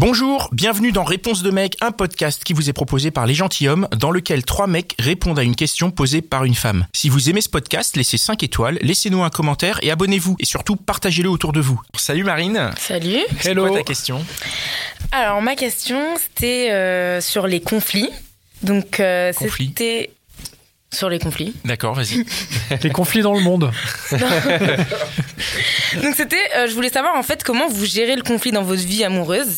Bonjour, bienvenue dans Réponse de mec, un podcast qui vous est proposé par Les Gentilhommes, dans lequel trois mecs répondent à une question posée par une femme. Si vous aimez ce podcast, laissez 5 étoiles, laissez-nous un commentaire et abonnez-vous. Et surtout, partagez-le autour de vous. Salut Marine Salut. C'est Hello. quoi ta question Alors ma question c'était euh, sur les conflits. Donc euh, Conflits. c'était sur les conflits. D'accord, vas-y. Les conflits dans le monde. Donc c'était, euh, je voulais savoir en fait comment vous gérez le conflit dans votre vie amoureuse.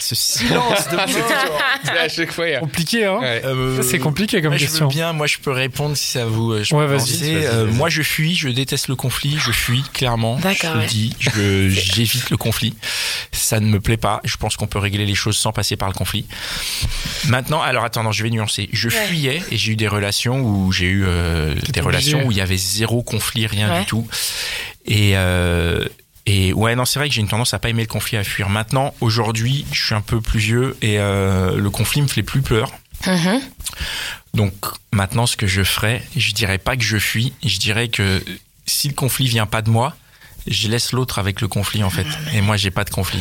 Ce silence de à chaque fois. il y a- Compliqué, hein Ouais. Euh, C'est compliqué comme moi, question. Je veux bien, moi je peux répondre si ça vous. euh, Je Ouais, peux vas-y. penser. Vas-y, vas-y, Euh, vas-y. moi je fuis, je déteste le conflit, je fuis clairement. D'accord, Je le ouais. dis, je- j'évite le conflit. Ça ne me plaît pas. Je pense qu'on peut régler les choses sans passer par le conflit. Maintenant, alors attends, non, je vais nuancer. Je Ouais. fuyais et j'ai eu des relations où j'ai eu euh, des obligé. relations où il y avait zéro conflit, rien Ouais. du tout. Et euh, et ouais, non, c'est vrai que j'ai une tendance à pas aimer le conflit, à fuir. Maintenant, aujourd'hui, je suis un peu plus vieux et euh, le conflit me fait plus peur. Mhm. Donc maintenant, ce que je ferais, je dirais pas que je fuis, je dirais que si le conflit vient pas de moi, je laisse l'autre avec le conflit en fait. Et moi, j'ai pas de conflit.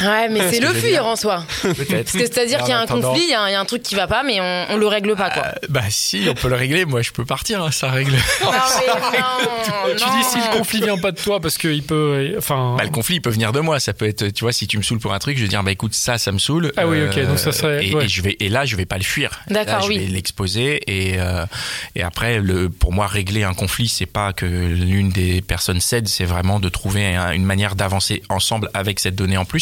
Ouais, mais c'est que le je veux fuir dire. en soi. Peut-être. Parce que c'est-à-dire Et en qu'il y a un attendant- conflit, il y, a un- il y a un truc qui va pas, mais on, on le règle pas quoi. bah si, on peut le régler. Moi, je peux partir, hein, ça règle. non mais non. Tu non. dis si le conflit vient pas de toi parce qu'il peut. euh, Enfin. Bah, le conflit, il peut venir de moi. Ça peut être, tu vois, si tu me saoules pour un truc, je vais dire, bah écoute, ça, ça me saoule. Euh, Ah oui, ok, donc ça serait- Et, ouais. et je vais, et là, je vais pas le fuir. D'accord, Là, je oui. vais l'exposer. Et, euh, et après, le, pour moi, régler un conflit, c'est pas que l'une des personnes cède, c'est vraiment de trouver un- une manière d'avancer ensemble avec cette donnée en plus.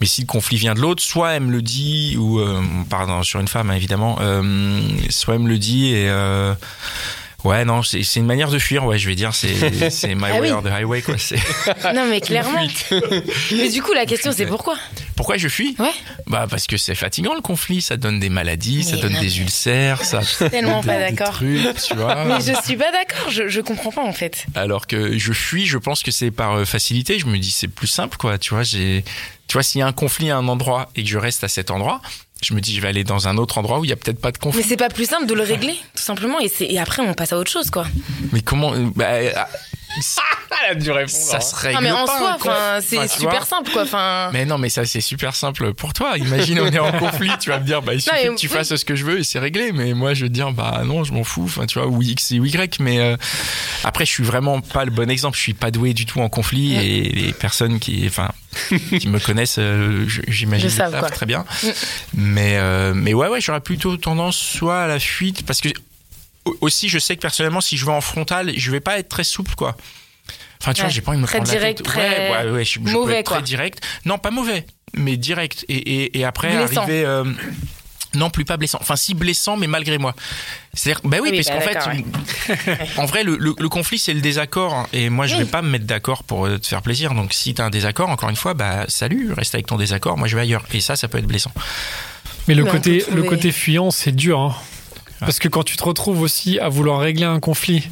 Mais si le conflit vient de l'autre, soit elle me le dit, ou, euh, pardon, sur une femme, hein, évidemment, euh, soit elle me le dit et, euh, Ouais, non, c'est c'est une manière de fuir, ouais, je vais dire, c'est c'est my way Ah oui. or the highway, quoi. c'est- Non mais clairement. mais du coup la question c'est ouais. pourquoi Pourquoi je fuis Ouais. Bah parce que c'est fatigant le conflit, ça donne des maladies, ça Mais donne non, des mais- ulcères, ça Tellement des- pas des d'accord. trucs, tu vois. Mais je suis pas d'accord, je, je comprends pas en fait. Alors que je fuis, je pense que c'est par euh, facilité, je me dis c'est plus simple quoi, tu vois, j'ai tu vois s'il y a un conflit à un endroit et que je reste à cet endroit, je me dis je vais aller dans un autre endroit où il y a peut-être pas de conflit. Mais c'est pas plus simple de le régler, tout simplement, et, c'est- et après on passe à autre chose quoi. Mais comment euh, bah, euh, ah, Elle a dû répondre. hein. ça se règle Non mais en Bah, pas, soi, un conflit. enfin, c'est Enfin, tu super vois. simple quoi. Enfin, Mais non, mais ça c'est super simple pour toi. Imagine on est en conflit, tu vas me dire bah il suffit mais que tu oui. fasses ce que je veux et c'est réglé. Mais moi je vais te dire bah non je m'en fous. Enfin tu vois ou x et ou y. Mais euh, après je suis vraiment pas le bon exemple. Je suis pas doué du tout en conflit Ouais. et les personnes qui enfin qui me connaissent euh, je- j'imagine Le savent, savent quoi. très bien. Mm. Mais euh, mais ouais ouais j'aurais plutôt tendance soit à la fuite parce que au- aussi je sais que personnellement si je vais en frontal je vais pas être très souple quoi. Enfin, tu Ouais. vois, j'ai pas envie de me Très prendre la direct, tête. très Ouais, ouais, ouais, je- je peux mauvais, être très quoi. direct. Non, pas mauvais, mais direct. Et, et, et après, Blessant. arriver. euh, non, plus pas blessant. Enfin, si blessant, mais malgré moi. C'est-à-dire, bah oui, Oui, parce bah qu'en d'accord, fait, en vrai, le, le- le conflit, c'est le désaccord. hein. Et moi, je vais pas me mettre d'accord pour euh, te faire plaisir. Donc, si t'as un désaccord, encore une fois, bah salut, reste avec ton désaccord. Moi, je vais ailleurs. Et ça, ça peut être blessant. Mais le Mais on côté, peut le trouver. côté fuyant, c'est dur. hein. Parce que quand tu te retrouves aussi à vouloir régler un conflit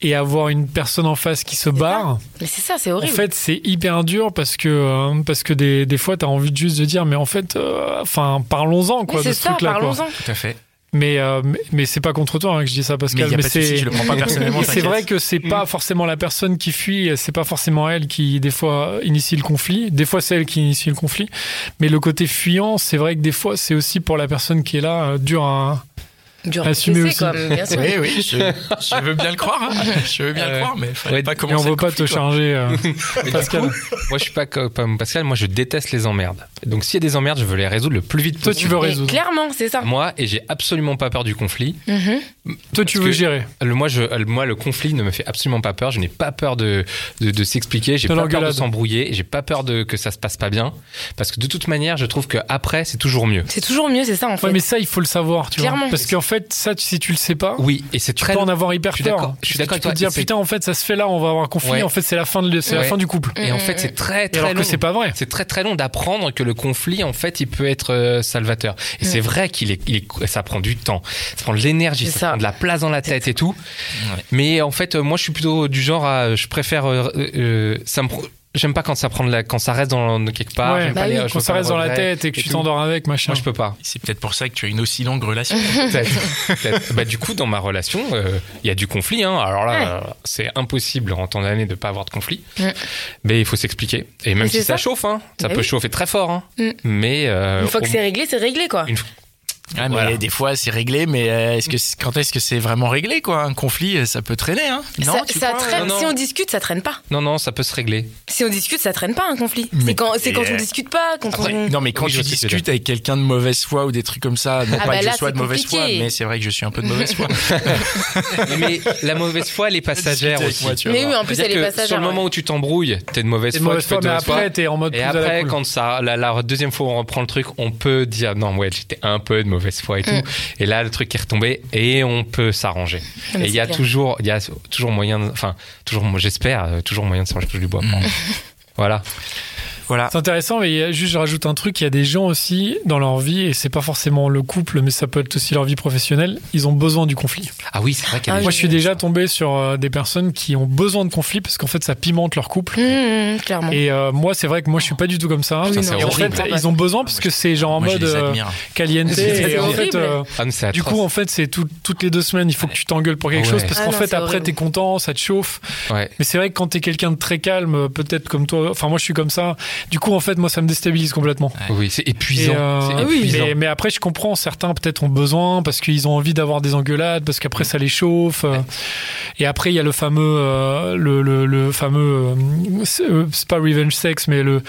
et avoir une personne en face qui se barre, mais c'est ça, c'est en horrible. fait, c'est hyper dur parce que, euh, parce que des, des fois, tu as envie de juste de dire, mais en fait, euh, enfin, parlons-en, mais quoi, de c'est ce ça, truc-là. quoi. parlons-en. Tout à fait. Mais, euh, mais, mais c'est pas contre toi hein, que je dis ça, Mais Pascal. il y a pas de c'est- souci, je le prends pas personnellement. Et c'est t'inquiète. Mm. vrai que c'est pas forcément la personne qui fuit, c'est pas forcément elle qui des fois initie le conflit, des fois c'est elle qui initie le conflit, mais le côté fuyant, c'est vrai que des fois c'est aussi pour la personne qui est là euh, dur à Du Assumez RPC, aussi. quoi, mais bien sûr. Oui, oui, je, je veux bien le croire. hein. Je veux bien le Euh, croire, mais fallait ouais, pas mais Mais on commencer. veut le pas conflit, te quoi. charger. euh, Mais du Pascal. coup, moi, je suis pas co- comme Pascal. Moi, je déteste les emmerdes. Donc, s'il y a des emmerdes, je veux les résoudre le plus vite Toi, tu possible. veux Mais résoudre. clairement, c'est ça. Moi, et j'ai absolument pas peur du conflit. Toi, tu parce veux que- gérer. Le- moi, je, le- moi, le conflit ne me fait absolument pas peur. Je n'ai pas peur de, de, de s'expliquer. J'ai De pas peur de l'engueulade. s'embrouiller. J'ai pas peur de que ça se passe pas bien. Parce que de toute manière, je trouve que après, c'est toujours mieux. C'est toujours mieux, c'est ça en fait. Ouais, mais ça, il faut le savoir, tu vois. Clairement. Parce qu'en fait, ça, si tu le sais pas, Oui, et c'est tu très. peux en avoir hyper Je suis peur. d'accord- je suis Parce que d'accord Tu peux avec te toi, dire, c'est- putain, en fait, ça se fait là, on va avoir un conflit. Ouais. En fait, c'est la fin de, c'est la Ouais. fin du couple. Et en fait, c'est très Et très alors que long. c'est pas vrai. C'est très très long d'apprendre que le conflit, en fait, il peut être euh, salvateur. Et Mm. c'est vrai qu'il est, il est- ça prend du temps, ça prend de l'énergie, C'est ça, ça. prend de la place dans la tête et tout. Mais en fait, euh, moi, je suis plutôt du genre à, je préfère, euh, euh, ça me, pr- j'aime pas quand ça prend de la, quand ça reste dans quelque part. Ouais, j'aime pas Bah les- oui. je Quand veux ça pas reste le dans la regret tête et que et tu tout. t'endors avec, machin. Moi, je peux pas. C'est peut-être pour ça que tu as une aussi longue relation. Peut-être, peut-être. Bah, du coup, dans ma relation, euh, il y a du conflit. hein. Alors là, Ouais. euh, c'est impossible en temps d'année de ne pas avoir de conflit. Mm. Mais il faut s'expliquer. Et même Mais si c'est ça, ça. chauffe, hein, ça Bah peut oui. chauffer très fort. hein. Mm. Mais euh, Une fois que au- c'est réglé, c'est réglé quoi. une- Ah, mais Voilà. des fois c'est réglé, mais euh, est-ce que c'est- quand est-ce que c'est vraiment réglé quoi Un conflit, euh, ça peut traîner, hein Non, ça, tu ça crois traîne. Non, non. Si on discute, ça traîne pas. non, non, ça peut se régler. Si on discute, ça traîne pas un conflit. Mais- C'est quand, c'est quand et, euh, on discute pas, quand Après, on. Mmh, non, mais quand Oui, je tu vois ce que tu veux discutes avec quelqu'un de mauvaise foi ou des trucs comme ça, non Ah pas bah que là, je sois de c'est mauvaise foi, compliqué. mais c'est vrai que je suis un peu de mauvaise foi. Mais la mauvaise foi, elle est passagère Discute avec aussi. moi, tu vas Mais voir. oui, en plus, C'est-à-dire elle est que passagère. Sur le moment où tu t'embrouilles, t'es de mauvaise C'est foi, mauvaise tu fais foi, de mais mauvaise foi. après, t'es en mode. Et plus à la après, cool. quand ça, la, la deuxième fois où on reprend le truc, on peut dire non, ouais, j'étais un peu de mauvaise foi et tout. Mm. Et là, le truc est retombé et on peut s'arranger. Ah, mais Et il y a c'est clair. toujours, il y a toujours moyen, de- enfin, toujours, moi, j'espère, euh, toujours moyen de s'arranger touche du bois. Mm. pardon. Voilà. Voilà. C'est intéressant, mais il y a- juste je rajoute un truc, il y a des gens aussi dans leur vie, et c'est pas forcément le couple, mais ça peut être aussi leur vie professionnelle, ils ont besoin du conflit. Ah oui, c'est vrai qu'il y a Ah, des Moi oui. je suis déjà tombé sur euh, des personnes qui ont besoin de conflit parce qu'en fait ça pimente leur couple. Hum, hum, clairement. Et euh, moi c'est vrai que moi je suis pas du tout comme ça. Putain, Et c'est en horrible. fait ils ont besoin parce que c'est genre en Moi, je mode les euh, admire. caliente. C'est et en horrible. fait, euh, Ah, mais c'est du atroce. coup en fait c'est tout- toutes les deux semaines il faut que tu t'engueules pour quelque Ouais. chose parce Ah qu'en non, fait c'est après horrible. t'es content, ça te chauffe. Ouais. Mais c'est vrai que quand t'es quelqu'un de très calme, euh, peut-être comme toi, enfin moi je suis comme ça. Du coup en fait moi ça me déstabilise complètement. Oui, c'est Et, épuisant. euh, C'est Ah oui. épuisant. mais, mais après, je comprends, certains peut-être ont besoin parce qu'ils ont envie d'avoir des engueulades, parce qu'après ça les chauffe. euh. Et après, il y a le fameux, euh, le, le- le fameux, euh, c'est euh, c'est pas revenge sex, mais le,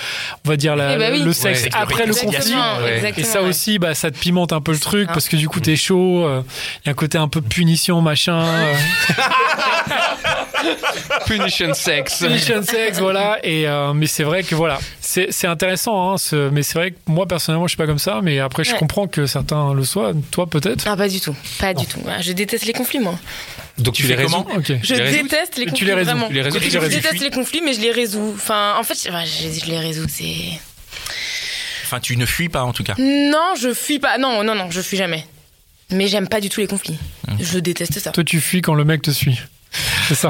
on va dire la- Eh bah oui. le sexe Ouais, après le réconciliation, conflit. Exactement, ouais. Et exactement, ça ouais. aussi, bah, ça te pimente un peu le truc Ah. parce que du coup, t'es chaud. euh, Il y a un côté un peu punition, machin. euh, Punition sex. Punition sex, voilà. Et euh, mais c'est vrai que voilà, c'est c'est intéressant. hein, ce- mais c'est vrai que moi personnellement, je suis pas comme ça. Mais après, je Ouais. comprends que certains le soient. Toi, peut-être. Ah, pas du tout. Pas du tout. Ouais, Je déteste les conflits, moi. Donc tu, fais les résous. comment Ok. Je les résous déteste les Tu conflits. les résous, vraiment. tu les résous, tu les Je résous. déteste les conflits, mais je les résous. Enfin, en fait, je, ouais, je- je les résous, c'est. Enfin, tu ne fuis pas en tout cas. Non, je fuis pas. Non, non, non, je fuis jamais. Mais j'aime pas du tout les conflits. Je déteste ça. Toi, tu fuis quand le mec te suit. C'est ça.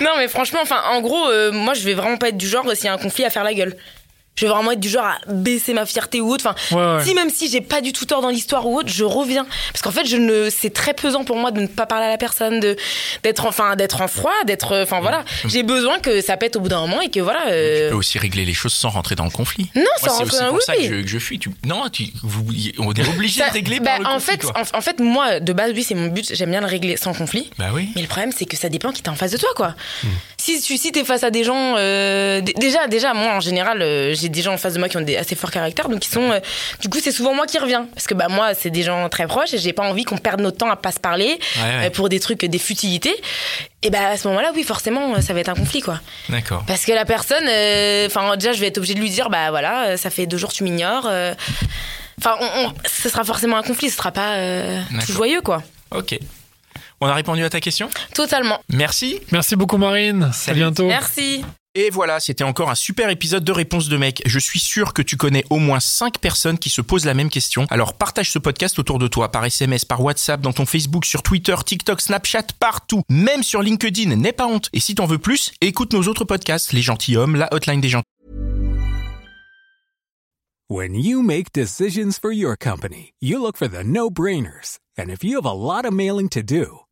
Non, mais franchement, enfin, en gros, euh, moi, je vais vraiment pas être du genre, euh, s'il y a un conflit, à faire la gueule. Je vais vraiment être du genre à baisser ma fierté ou autre. Enfin, Ouais, ouais. si même si j'ai pas du tout tort dans l'histoire ou autre, je reviens parce qu'en fait, je ne, c'est très pesant pour moi de ne pas parler à la personne, de d'être enfin d'être en froid, d'être, euh, enfin voilà, j'ai besoin que ça pète au bout d'un moment et que voilà. Tu euh, peux aussi régler les choses sans rentrer dans le conflit. Non, Moi, sans c'est rentrer aussi dans- pour ça que oui. je, que je fuis. Tu- Non, tu- vous- on est obligé ça- de régler bah, par le en conflit, fait, quoi. en, en fait, moi, de base, oui, c'est mon but. J'aime bien le régler sans conflit. Bah oui. Mais le problème, c'est que ça dépend qui t'es en face de toi, quoi. Hmm. Si tu si t'es face à des gens, euh, d- déjà, déjà, moi en général, euh, j'ai des gens en face de moi qui ont des assez forts caractères, donc ils sont, euh, du coup, c'est souvent moi qui reviens, parce que bah moi, c'est des gens très proches et j'ai pas envie qu'on perde notre temps à pas se parler Ouais, Ah, ouais. euh, pour des trucs, des futilités. Et bah à ce moment-là, oui, forcément, euh, ça va être un conflit, quoi. D'accord. Parce que la personne, euh, enfin déjà, je vais être obligée de lui dire, bah voilà, euh, ça fait deux jours tu m'ignores. euh, Enfin, on, on- ce sera forcément un conflit, ce sera pas euh, tout D'accord. joyeux, quoi. Ok. On a répondu à ta question Totalement. Merci. Merci beaucoup, Marine. À Salut. bientôt. Merci. Et voilà, c'était encore un super épisode de Réponse de mec. Je suis sûr que tu connais au moins 5 personnes qui se posent la même question. Alors partage ce podcast autour de toi, par SMS, par WhatsApp, dans ton Facebook, sur Twitter, TikTok, Snapchat, partout. Même sur LinkedIn, n'aie pas honte. Et si t'en veux plus, écoute nos autres podcasts, Les Gentilshommes, La Hotline des Gentils. When you make decisions for your company, you look for the no brainers. And if you have a lot of mailing to do,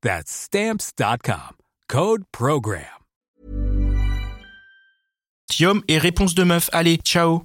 That's Stamps.com. Code PROGRAM. Tium et réponse de meuf. Allez, ciao